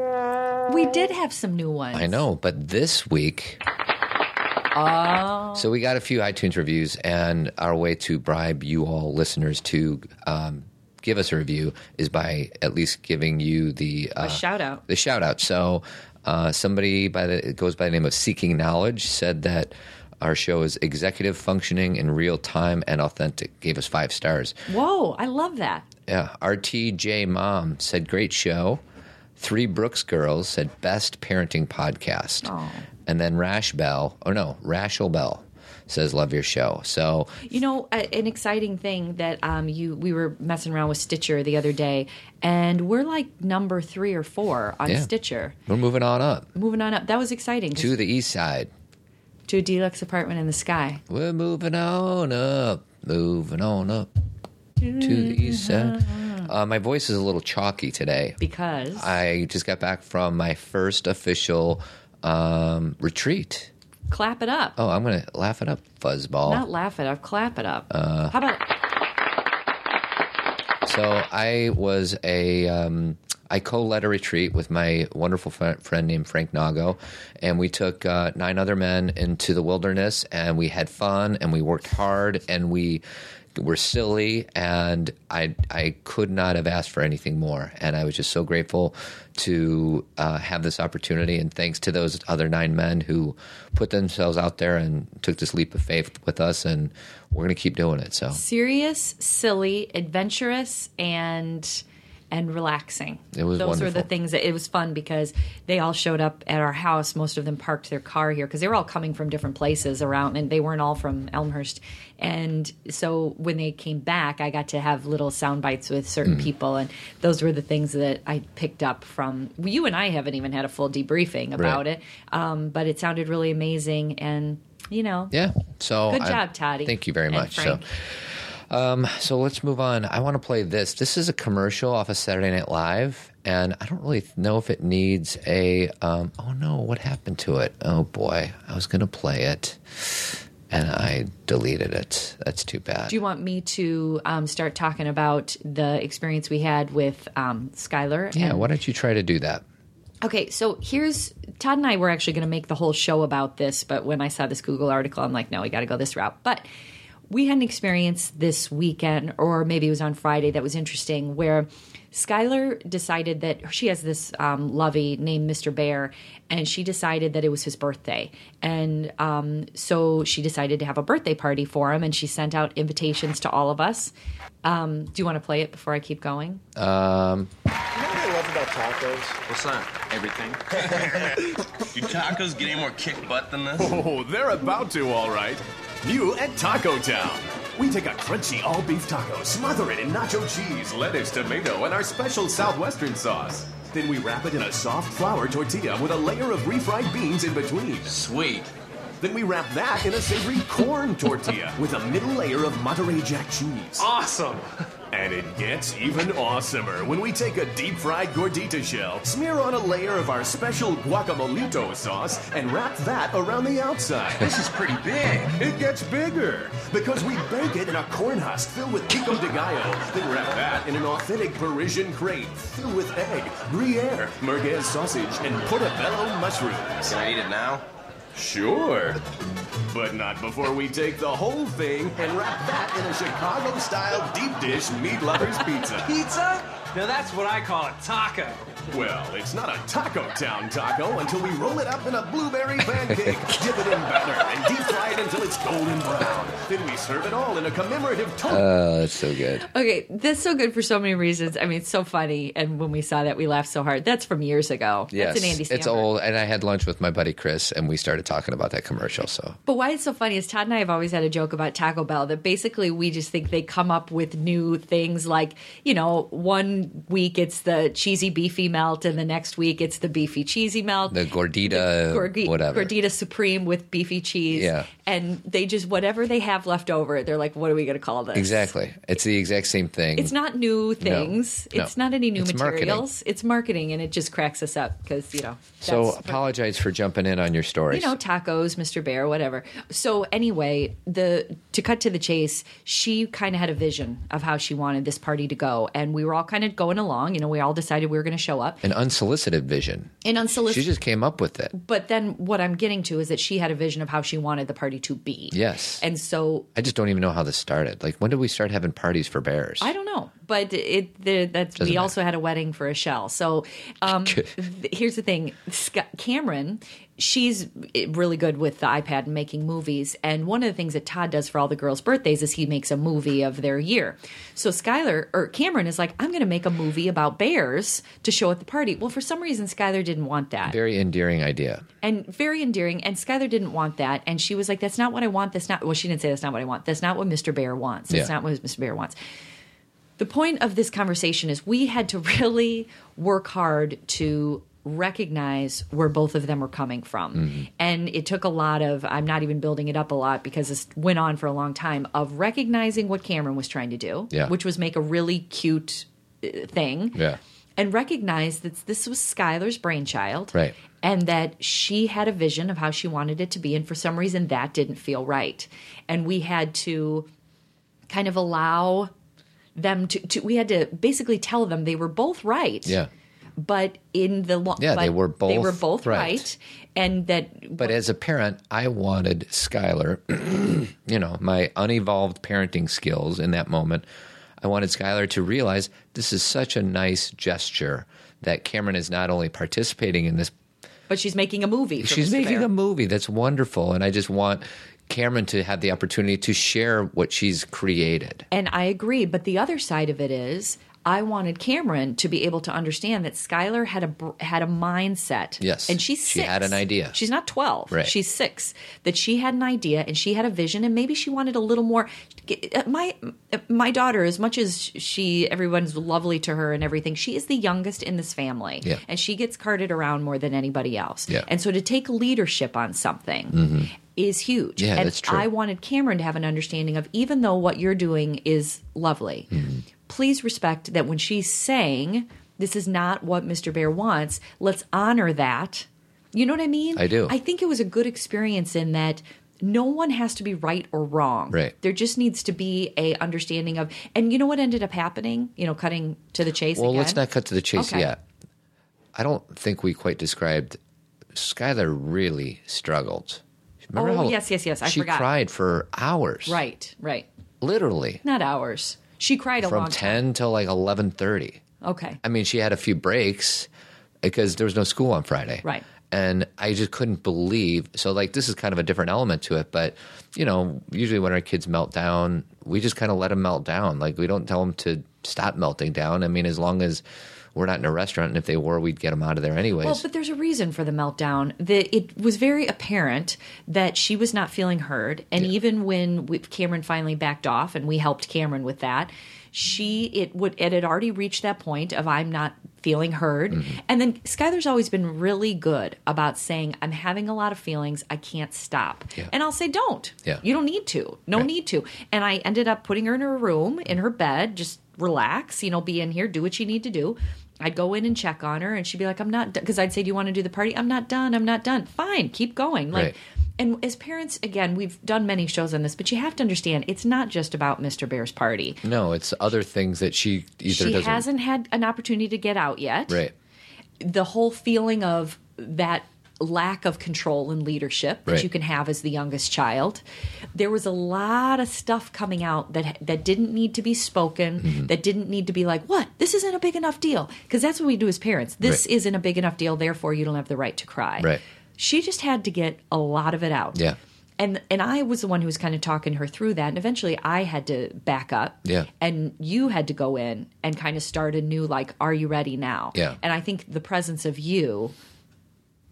[SPEAKER 1] we did have some new ones.
[SPEAKER 3] I know, but this week. Oh. So we got a few iTunes reviews, and our way to bribe you all listeners to um, give us a review is by at least giving you the uh,
[SPEAKER 1] Shout out.
[SPEAKER 3] the shout out. So uh, somebody by the it goes by the name of Seeking Knowledge said that our show is executive functioning in real time and authentic. Gave us five stars.
[SPEAKER 1] Whoa, I love that.
[SPEAKER 3] Yeah, RTJ Mom said great show. Three Brooks Girls said best parenting podcast. And then Rash Bell, oh no, Rashel Bell says love your show. So
[SPEAKER 1] You know, a, an exciting thing that um, you we were messing around with Stitcher the other day, and we're like number three or four on
[SPEAKER 3] Yeah.
[SPEAKER 1] Stitcher.
[SPEAKER 3] we're moving on up
[SPEAKER 1] Moving on up, that was exciting.
[SPEAKER 3] to the east side.
[SPEAKER 1] to a deluxe apartment in the sky.
[SPEAKER 3] We're moving on up, moving on up to the east side. Uh, my voice is a little chalky today.
[SPEAKER 1] Because
[SPEAKER 3] I just got back from my first official um, retreat.
[SPEAKER 1] clap it up.
[SPEAKER 3] Oh, I'm going to laugh it up, fuzzball.
[SPEAKER 1] Not laugh it up, clap it up. How about
[SPEAKER 3] So I was a um, I co-led a retreat with my wonderful fr- friend named Frank Nago, and we took uh, nine other men into the wilderness, and we had fun, and we worked hard, and we were silly, and I I could not have asked for anything more, and I was just so grateful to uh, have this opportunity, and thanks to those other nine men who put themselves out there and took this leap of faith with us, and we're gonna keep doing it. So
[SPEAKER 1] serious, silly, adventurous, and and relaxing.
[SPEAKER 3] It was
[SPEAKER 1] Those were
[SPEAKER 3] wonderful.
[SPEAKER 1] the things that it was fun because they all showed up at our house. Most of them parked their car here because they were all coming from different places around, and they weren't all from Elmhurst. And so when they came back, I got to have little sound bites with certain
[SPEAKER 3] Mm.
[SPEAKER 1] people, and those were the things that I picked up from well, you and I haven't even had a full debriefing about
[SPEAKER 3] Right.
[SPEAKER 1] it, um, but it sounded really amazing and. You know,
[SPEAKER 3] Yeah. So
[SPEAKER 1] Good
[SPEAKER 3] I-
[SPEAKER 1] job, Toddy.
[SPEAKER 3] Thank you very
[SPEAKER 1] And
[SPEAKER 3] much. So,
[SPEAKER 1] Frank.
[SPEAKER 3] um, so let's move on. I want to play this. This is a commercial off of Saturday Night Live, and I don't really know if it needs a. Um, oh no, what happened to it? Oh boy, I was going to play it, and I deleted it. That's too bad.
[SPEAKER 1] Do you want me to um, start talking about the experience we had with um, Skylar?
[SPEAKER 3] yeah.
[SPEAKER 1] And-
[SPEAKER 3] Why don't you try to do that?
[SPEAKER 1] okay, so here's Todd and I were actually going to make the whole show about this, but when I saw this Google article, I'm like, no, we got to go this route. But we had an experience this weekend, or maybe it was on Friday, that was interesting where. Skylar decided that she has this um, lovey named Mr. Bear, and she decided that it was his birthday. And um, so she decided to have a birthday party for him, and she sent out invitations to all of us. Um, do you want to play it before I keep going?
[SPEAKER 5] know what I love about tacos?
[SPEAKER 6] What's that? Everything. Do tacos get any more kick butt than this?
[SPEAKER 5] Oh, they're about to, all right. New at Taco Town. We take a crunchy all beef taco, smother it in nacho cheese, lettuce, tomato, and our special southwestern sauce. Then we wrap it in a soft flour tortilla with a layer of refried beans in between.
[SPEAKER 6] Sweet.
[SPEAKER 5] Then we wrap that in a savory corn tortilla with a middle layer of Monterey Jack cheese.
[SPEAKER 6] Awesome.
[SPEAKER 5] And it gets even awesomer when we take a deep fried gordita shell, smear on a layer of our special guacamolito sauce, and wrap that around the outside.
[SPEAKER 6] This is pretty big.
[SPEAKER 5] It gets bigger because we bake it in a corn husk filled with pico de gallo, then wrap that in an authentic Parisian crepe filled with egg, gruyere, merguez sausage, and portobello mushrooms.
[SPEAKER 6] Can I eat it now?
[SPEAKER 5] Sure. But not before we take the whole thing and wrap that in a Chicago style deep dish meat lovers pizza.
[SPEAKER 6] Pizza? Now that's what I call a taco.
[SPEAKER 5] Well, it's not a Taco Town taco until we roll it up in a blueberry pancake, dip it in batter, and deep fry it until it's golden brown. Then we serve it all in a commemorative toast.
[SPEAKER 3] Oh, that's so good.
[SPEAKER 1] Okay, that's so good for so many reasons. I mean, it's so funny, and when we saw that, we laughed so hard. That's from years ago.
[SPEAKER 3] Yes,
[SPEAKER 1] that's an Andy. Samberg.
[SPEAKER 3] it's old. And I had lunch with my buddy Chris, and we started talking about that commercial. So
[SPEAKER 1] But why it's so funny is Todd and I have always had a joke about Taco Bell that basically we just think they come up with new things. Like you know, one week it's the cheesy beefy melt, and the next week it's the beefy cheesy melt.
[SPEAKER 3] the gordita,
[SPEAKER 1] Gorgi-
[SPEAKER 3] whatever.
[SPEAKER 1] Gordita Supreme with beefy cheese.
[SPEAKER 3] Yeah.
[SPEAKER 1] And they just, whatever they have left over, they're like, what are we going to call this?
[SPEAKER 3] Exactly. It's the exact same thing.
[SPEAKER 1] It's not new things.
[SPEAKER 3] no.
[SPEAKER 1] It's not any new
[SPEAKER 3] It's marketing.
[SPEAKER 1] materials. It's marketing, and it just cracks us up because you know.
[SPEAKER 3] So uh,
[SPEAKER 1] that's-
[SPEAKER 3] apologize for jumping in on your story.
[SPEAKER 1] you know tacos, Mr. Bear, whatever. So anyway, the to cut to the chase, she kind of had a vision of how she wanted this party to go, and we were all kind of going along. You know, we all decided we were going to show up
[SPEAKER 3] An unsolicited vision.
[SPEAKER 1] and unsolicited.
[SPEAKER 3] She just came up with it.
[SPEAKER 1] but then what I'm getting to is that she had a vision of how she wanted the party to be.
[SPEAKER 3] Yes.
[SPEAKER 1] And so
[SPEAKER 3] I just don't even know how this started. Like, when did we start having parties for bears?
[SPEAKER 1] I don't know, but it the, that's we
[SPEAKER 3] matter.
[SPEAKER 1] also had a wedding for a shell. So um, th- here's the thing, Sc- Cameron. She's eh, really good with the iPad and making movies. And one of the things that Todd does for all the girls' birthdays is he makes a movie of their year. So Skylar or Cameron is like, I'm going to make a movie about bears to show at the party. Well, for some reason, Skylar didn't want that
[SPEAKER 3] Very endearing idea.
[SPEAKER 1] and very endearing. And Skylar didn't want that, and she was like, "That's not what I want. That's not." Well, she didn't say that's not what I want. That's not what Mr. Bear wants. That's
[SPEAKER 3] Yeah.
[SPEAKER 1] not what Mr. Bear wants. The point of this conversation is we had to really work hard to recognize where both of them were coming from.
[SPEAKER 3] Mm-hmm.
[SPEAKER 1] And it took a lot of, I'm not even building it up a lot because this went on for a long time, of recognizing what Cameron was trying to do,
[SPEAKER 3] Yeah.
[SPEAKER 1] which was make a really cute uh, thing
[SPEAKER 3] Yeah.
[SPEAKER 1] and recognize that this was Skylar's brainchild.
[SPEAKER 3] Right.
[SPEAKER 1] And that she had a vision of how she wanted it to be. And for some reason, that didn't feel right. And we had to kind of allow them to, to we had to basically tell them they were both right.
[SPEAKER 3] Yeah.
[SPEAKER 1] But in the long,
[SPEAKER 3] Yeah,
[SPEAKER 1] but
[SPEAKER 3] they were
[SPEAKER 1] they were
[SPEAKER 3] both
[SPEAKER 1] both
[SPEAKER 3] right.
[SPEAKER 1] right, and that
[SPEAKER 3] But as a parent, I wanted Skylar, you know, my unevolved parenting skills in that moment, I wanted Skylar to realize this is such a nice gesture that Cameron is not only participating in this
[SPEAKER 1] but she's making a movie. for
[SPEAKER 3] She's
[SPEAKER 1] Mr.
[SPEAKER 3] making
[SPEAKER 1] Bear.
[SPEAKER 3] a movie that's wonderful, and I just want Cameron to have the opportunity to share what she's created.
[SPEAKER 1] And I agree. But the other side of it is, I wanted Cameron to be able to understand that Skylar had a br- had a mindset.
[SPEAKER 3] Yes.
[SPEAKER 1] and she's
[SPEAKER 3] She
[SPEAKER 1] six.
[SPEAKER 3] had an idea.
[SPEAKER 1] She's not twelve.
[SPEAKER 3] Right.
[SPEAKER 1] She's six. That she had an idea and she had a vision, and maybe she wanted a little more. uh, My my daughter, as much as she, everyone's lovely to her and everything. She is the youngest in this family,
[SPEAKER 3] Yeah.
[SPEAKER 1] and she gets carted around more than anybody else.
[SPEAKER 3] Yeah. Mm-hmm.
[SPEAKER 1] And so to take leadership on something. Is huge.
[SPEAKER 3] Yeah,
[SPEAKER 1] and
[SPEAKER 3] that's true.
[SPEAKER 1] I wanted Cameron to have an understanding of even though what you're doing is lovely,
[SPEAKER 3] Mm-hmm.
[SPEAKER 1] please respect that when she's saying this is not what Mr. Bear wants, let's honor that. You know what I mean?
[SPEAKER 3] I do.
[SPEAKER 1] I think it was a good experience in that no one has to be right or wrong.
[SPEAKER 3] Right.
[SPEAKER 1] There just needs to be a understanding of and you know what ended up happening? You know, cutting to the chase
[SPEAKER 3] Well,
[SPEAKER 1] again.
[SPEAKER 3] let's not cut to the chase
[SPEAKER 1] Okay.
[SPEAKER 3] yet. I don't think we quite described. Skylar really struggled. Remember
[SPEAKER 1] Oh,
[SPEAKER 3] how
[SPEAKER 1] yes, yes, yes, I
[SPEAKER 3] she
[SPEAKER 1] forgot.
[SPEAKER 3] cried for hours,
[SPEAKER 1] Right, right.
[SPEAKER 3] Literally
[SPEAKER 1] Not ours. She cried a
[SPEAKER 3] from
[SPEAKER 1] long
[SPEAKER 3] ten till like eleven thirty.
[SPEAKER 1] time. Okay.
[SPEAKER 3] I mean, she had a few breaks because there was no school on Friday.
[SPEAKER 1] Right.
[SPEAKER 3] And I just couldn't believe. So, like, this is kind of a different element to it. But, you know, usually when our kids melt down, we just kind of let them melt down. Like, we don't tell them to stop melting down. I mean, as long as we're not in a restaurant, and if they were, we'd get them out of there anyways.
[SPEAKER 1] Well, but there's a reason for the meltdown. The, it was very apparent that she was not feeling heard, and even when we, Cameron finally backed off, and we helped Cameron with that, she it would it had already reached that point of I'm not feeling heard, and then Skylar's always been really good about saying I'm having a lot of feelings, I can't stop, and I'll say don't,
[SPEAKER 3] Yeah.
[SPEAKER 1] you don't need to, no
[SPEAKER 3] Right.
[SPEAKER 1] need to, and I ended up putting her in her room in her bed, just relax, you know, be in here, do what you need to do. I'd go in and check on her, and she'd be like, "I'm not," because I'd say, "Do you want to do the party?" "I'm not done. I'm not done." Fine, keep going. Like,
[SPEAKER 3] Right.
[SPEAKER 1] and as parents, again, we've done many shows on this, but you have to understand, it's not just about Mr. Bear's party.
[SPEAKER 3] no, it's other things that she either
[SPEAKER 1] she
[SPEAKER 3] doesn't.
[SPEAKER 1] hasn't had an opportunity to get out yet.
[SPEAKER 3] right.
[SPEAKER 1] The whole feeling of that lack of control and leadership that
[SPEAKER 3] Right.
[SPEAKER 1] you can have as the youngest child. There was a lot of stuff coming out that that didn't need to be spoken,
[SPEAKER 3] Mm-hmm.
[SPEAKER 1] that didn't need to be like, "What? This isn't a big enough deal." Because that's what we do as parents. This
[SPEAKER 3] Right.
[SPEAKER 1] isn't a big enough deal, therefore you don't have the right to cry.
[SPEAKER 3] Right.
[SPEAKER 1] She just had to get a lot of it out.
[SPEAKER 3] Yeah.
[SPEAKER 1] And and I was the one who was kind of talking her through that, and eventually I had to back up.
[SPEAKER 3] Yeah.
[SPEAKER 1] And you had to go in and kind of start a new like, are you ready now?
[SPEAKER 3] Yeah.
[SPEAKER 1] And I think the presence of you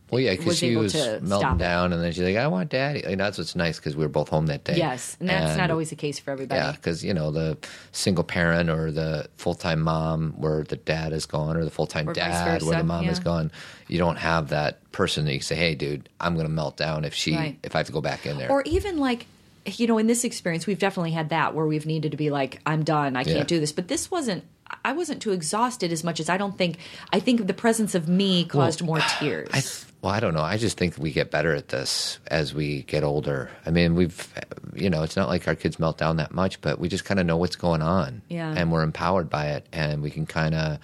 [SPEAKER 3] Well, yeah, because
[SPEAKER 1] was
[SPEAKER 3] she
[SPEAKER 1] able
[SPEAKER 3] was
[SPEAKER 1] to stop
[SPEAKER 3] melting
[SPEAKER 1] it.
[SPEAKER 3] down, and then she's like, I want daddy. And that's what's nice because we were both home that day.
[SPEAKER 1] Yes, and that's not
[SPEAKER 3] And-
[SPEAKER 1] always the case for everybody.
[SPEAKER 3] Yeah, because you know the single parent or the full time mom, where the dad is gone, or the full time
[SPEAKER 1] Or vice
[SPEAKER 3] dad, where the
[SPEAKER 1] versa,
[SPEAKER 3] mom is
[SPEAKER 1] yeah.
[SPEAKER 3] gone. You don't have that person that you say, "Hey, dude, I'm going to melt down if she
[SPEAKER 1] Right.
[SPEAKER 3] if I have to go back in there."
[SPEAKER 1] Or even like, you know, in this experience, we've definitely had that where we've needed to be like, I'm done, I
[SPEAKER 3] Yeah.
[SPEAKER 1] can't do this. But this wasn't. I wasn't too exhausted as much as I don't think. I think the presence of me caused more tears.
[SPEAKER 3] I th- well, I don't know. I just think we get better at this as we get older. I mean, we've, you know, it's not like our kids melt down that much, but we just kind of know what's going on.
[SPEAKER 1] Yeah.
[SPEAKER 3] And we're empowered by it. And we can kind of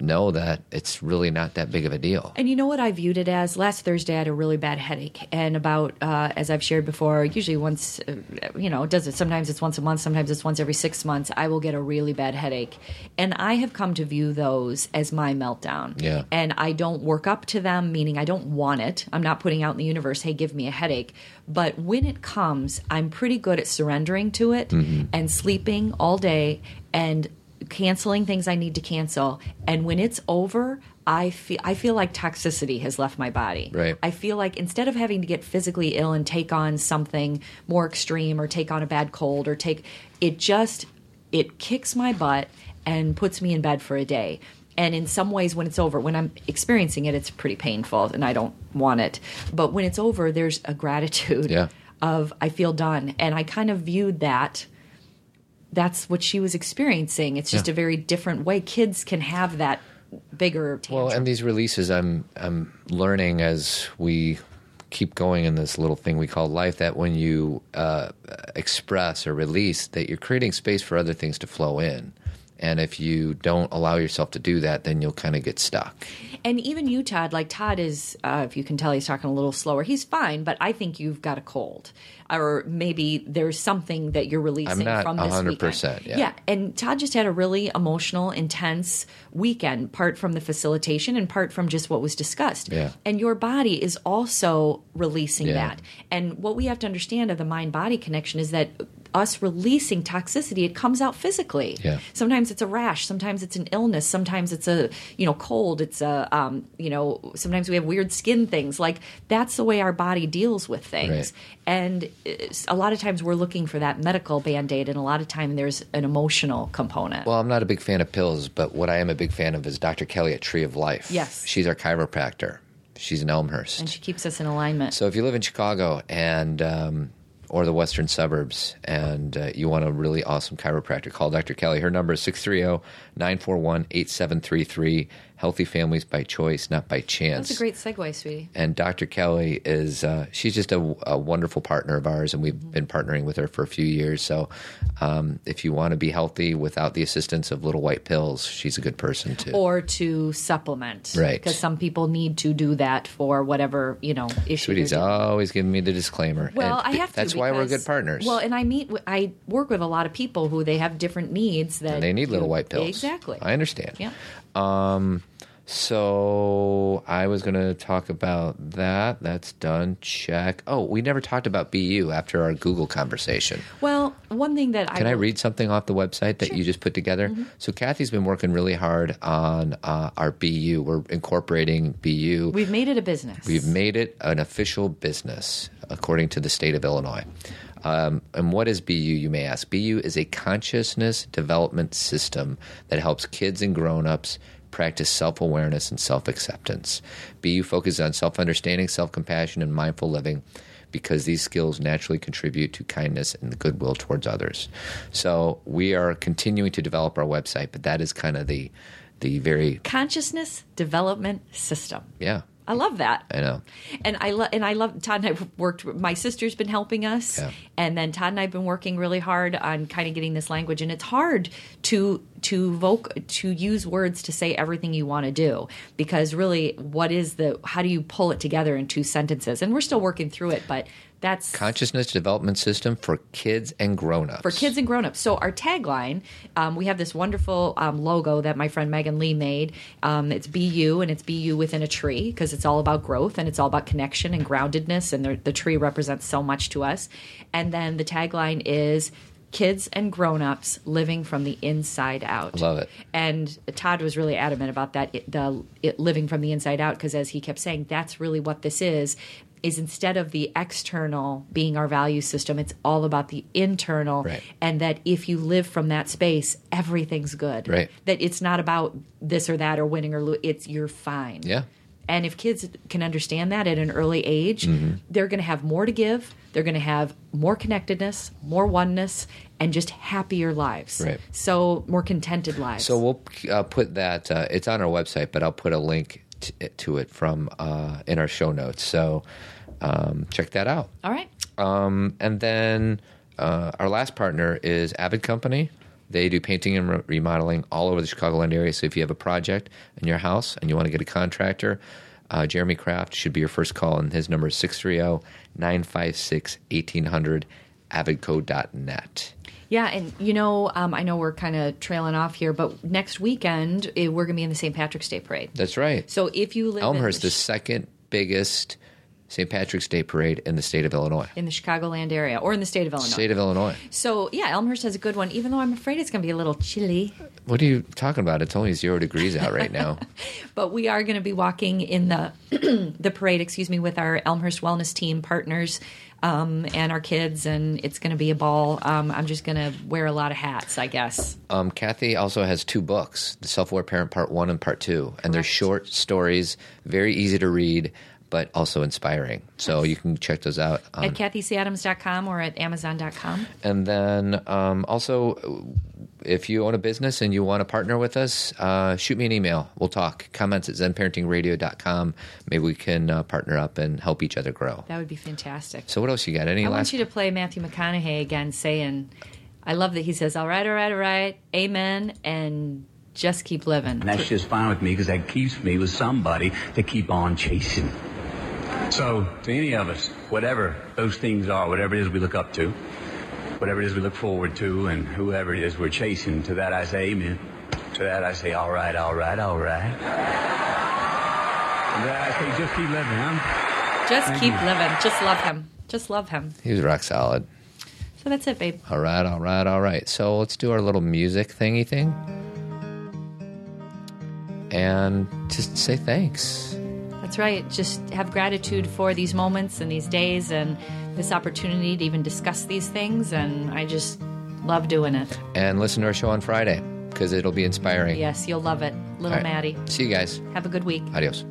[SPEAKER 3] know that it's really not that big of a deal.
[SPEAKER 1] And you know what I viewed it as? Last Thursday, I had a really bad headache, and about uh, as I've shared before, usually once, uh, you know, it does it? Sometimes it's once a month, sometimes it's once every six months. I will get a really bad headache, and I have come to view those as my meltdown.
[SPEAKER 3] Yeah.
[SPEAKER 1] And I don't work up to them, meaning I don't want it. I'm not putting out in the universe, "Hey, give me a headache." But when it comes, I'm pretty good at surrendering to it and sleeping all day and canceling things I need to cancel. And when it's over, I feel I feel like toxicity has left my body.
[SPEAKER 3] Right.
[SPEAKER 1] I feel like instead of having to get physically ill and take on something more extreme or take on a bad cold or take it just it kicks my butt and puts me in bed for a day. And in some ways when it's over, when I'm experiencing it, it's pretty painful and I don't want it. But when it's over, there's a gratitude
[SPEAKER 3] Yeah.
[SPEAKER 1] of I feel done. And I kind of viewed that that's what she was experiencing. It's just
[SPEAKER 3] Yeah.
[SPEAKER 1] a very different way. Kids can have that bigger tantrum.
[SPEAKER 3] Well, and these releases, I'm I'm learning as we keep going in this little thing we call life that when you uh, express or release, that you're creating space for other things to flow in. And if you don't allow yourself to do that, then you'll kind of get stuck.
[SPEAKER 1] And even you, Todd, like Todd is, uh, if you can tell, he's talking a little slower. He's fine, but I think you've got a cold, or maybe there's something that you're releasing
[SPEAKER 3] I'm not
[SPEAKER 1] from this
[SPEAKER 3] 100%,
[SPEAKER 1] weekend.
[SPEAKER 3] yeah.
[SPEAKER 1] and Todd just had a really emotional, intense weekend, part from the facilitation and part from just what was discussed.
[SPEAKER 3] Yeah.
[SPEAKER 1] And your body is also releasing
[SPEAKER 3] Yeah.
[SPEAKER 1] that. And what we have to understand of the mind body connection is that us releasing toxicity, it comes out physically.
[SPEAKER 3] Yeah.
[SPEAKER 1] Sometimes it's a rash. Sometimes it's an illness. Sometimes it's a you know cold. It's a um, you know sometimes we have weird skin things. Like that's the way our body deals with things.
[SPEAKER 3] Right.
[SPEAKER 1] And it's- a lot of times we're looking for that medical band aid, and a lot of time there's an emotional component.
[SPEAKER 3] Well, I'm not a big fan of pills, but what I am a big fan of is Dr. Kelly at Tree of Life.
[SPEAKER 1] Yes.
[SPEAKER 3] She's our chiropractor, she's in Elmhurst.
[SPEAKER 1] and she keeps us in alignment.
[SPEAKER 3] So if you live in Chicago and um, or the western suburbs and uh, you want a really awesome chiropractor, call Dr. Kelly. Her number is oh, 630-941-8733. Healthy families by choice, not by chance.
[SPEAKER 1] that's a great segue, sweetie.
[SPEAKER 3] and Dr. Kelly is uh, she's just a, a wonderful partner of ours, and we've
[SPEAKER 1] Mm-hmm.
[SPEAKER 3] been partnering with her for a few years. So um, if you want to be healthy without the assistance of little white pills, she's a good person to
[SPEAKER 1] Or to supplement,
[SPEAKER 3] Right.
[SPEAKER 1] Because some people need to do that for whatever you know issue.
[SPEAKER 3] Sweetie's
[SPEAKER 1] they're dealing
[SPEAKER 3] always giving me the disclaimer.
[SPEAKER 1] Well,
[SPEAKER 3] and
[SPEAKER 1] I
[SPEAKER 3] b-
[SPEAKER 1] have to.
[SPEAKER 3] That's why we're
[SPEAKER 1] because-
[SPEAKER 3] good partners.
[SPEAKER 1] Well, and I meet, w- I work with a lot of people who they have different needs that
[SPEAKER 3] And they need little
[SPEAKER 1] you-
[SPEAKER 3] white pills.
[SPEAKER 1] Exactly.
[SPEAKER 3] I understand.
[SPEAKER 1] yeah.
[SPEAKER 3] So I was going to talk about that. That's done. Check. Oh, we never talked about BU after our Google conversation.
[SPEAKER 1] Well, one thing that
[SPEAKER 3] Can I
[SPEAKER 1] will-
[SPEAKER 3] read something off the website that you just put together?
[SPEAKER 1] Mm-hmm.
[SPEAKER 3] So Kathy's been working really hard on uh, our BU. We're incorporating BU.
[SPEAKER 1] We've made it a business.
[SPEAKER 3] We've made it an official business, according to the state of Illinois. Um, and what is BU, you may ask? BU is a consciousness development system that helps kids and grown ups practice self awareness and self acceptance. BU focuses on self understanding, self compassion, and mindful living because these skills naturally contribute to kindness and the goodwill towards others. So we are continuing to develop our website, but that is kind of the the very
[SPEAKER 1] consciousness development system.
[SPEAKER 3] yeah.
[SPEAKER 1] I love that.
[SPEAKER 3] I know.
[SPEAKER 1] and I lo- and I love Todd and I worked. My sister's been helping us,
[SPEAKER 3] Yeah.
[SPEAKER 1] and then Todd and I've been working really hard on kind of getting this language. And it's hard to to voc to use words to say everything you want to do because really, what is the how do you pull it together in two sentences? And we're still working through it, but that's
[SPEAKER 3] consciousness development system for kids and grown-ups
[SPEAKER 1] for kids and grown-ups so our tagline um, we have this wonderful um, logo that my friend megan lee made um, it's bu and it's bu within a tree because it's all about growth and it's all about connection and groundedness and the, the tree represents so much to us and then the tagline is kids and grown-ups living from the inside out
[SPEAKER 3] love it
[SPEAKER 1] and Todd was really adamant about that it, the it living from the inside out because as he kept saying that's really what this is is instead of the external being our value system it's all about the internal
[SPEAKER 3] Right.
[SPEAKER 1] and that if you live from that space everything's good
[SPEAKER 3] Right.
[SPEAKER 1] that it's not about this or that or winning or losing it's you're fine
[SPEAKER 3] yeah
[SPEAKER 1] and if kids can understand that at an early age,
[SPEAKER 3] Mm-hmm.
[SPEAKER 1] they're going to have more to give. They're going to have more connectedness, more oneness, and just happier lives.
[SPEAKER 3] Right.
[SPEAKER 1] So more contented lives.
[SPEAKER 3] so we'll uh, put that uh, it's on our website but i'll put a link t- to it from uh, in our show notes so um, check that out
[SPEAKER 1] all right.
[SPEAKER 3] and then uh, our last partner is Avid Company. They do painting and re- remodeling all over the Chicagoland area. So if you have a project in your house and you want to get a contractor, uh, Jeremy Kraft should be your first call, and his number is oh, 630 956 1800 avidco.net.
[SPEAKER 1] Yeah, and you know, um, I know we're kind of trailing off here, but next weekend eh, we're going to be in the St. Patrick's Day parade.
[SPEAKER 3] That's right.
[SPEAKER 1] So if you live
[SPEAKER 3] Elmhurst,
[SPEAKER 1] in
[SPEAKER 3] the second biggest St. Patrick's Day parade in the state of Illinois.
[SPEAKER 1] in the Chicagoland area or in the state of Illinois.
[SPEAKER 3] State of Illinois.
[SPEAKER 1] so yeah, Elmhurst has a good one, even though I'm afraid it's going to be a little chilly.
[SPEAKER 3] What are you talking about? It's only zero degrees out right now.
[SPEAKER 1] but we are going to be walking in the the parade, excuse me, with our Elmhurst Wellness Team partners um, and our kids, and it's going to be a ball. Um, I'm just going to wear a lot of hats, I guess.
[SPEAKER 3] Um, Kathy also has two books, The Self Aware Parent Part 1 and Part 2. And they're short stories, very easy to read. but also inspiring. So you can check those out. Um,
[SPEAKER 1] at kathycadams.com or at amazon.com.
[SPEAKER 3] and then um, also, if you own a business and you want to partner with us, uh, shoot me an email. We'll talk. Comments at zenparentingradio.com. Maybe we can uh, partner up and help each other grow.
[SPEAKER 1] That would be fantastic.
[SPEAKER 3] So what else you got? Any
[SPEAKER 1] I
[SPEAKER 3] last?
[SPEAKER 1] want you to play Matthew McConaughey again saying, I love that he says, all right, all right, all right, amen, and just keep living.
[SPEAKER 4] And that's just fine with me because that keeps me with somebody to keep on chasing. So, to any of us, whatever those things are, whatever it is we look up to, whatever it is we look forward to, and whoever it is we're chasing, to that I say amen. To that I say, all right, all right, all right. And that I say, just keep living, huh?
[SPEAKER 1] Just
[SPEAKER 4] Thank
[SPEAKER 1] keep
[SPEAKER 4] you.
[SPEAKER 1] living. Just love him. Just love him.
[SPEAKER 3] he was rock solid.
[SPEAKER 1] So that's it, babe.
[SPEAKER 3] All right, all right, all right. So let's do our little music thingy thing. And just say thanks.
[SPEAKER 1] That's right. Just have gratitude for these moments and these days and this opportunity to even discuss these things. And I just love doing it.
[SPEAKER 3] And listen to our show on Friday because it'll be inspiring.
[SPEAKER 1] Yes, you'll love it. Little
[SPEAKER 3] All right.
[SPEAKER 1] Maddie.
[SPEAKER 3] See you guys.
[SPEAKER 1] Have a good week.
[SPEAKER 3] Adios.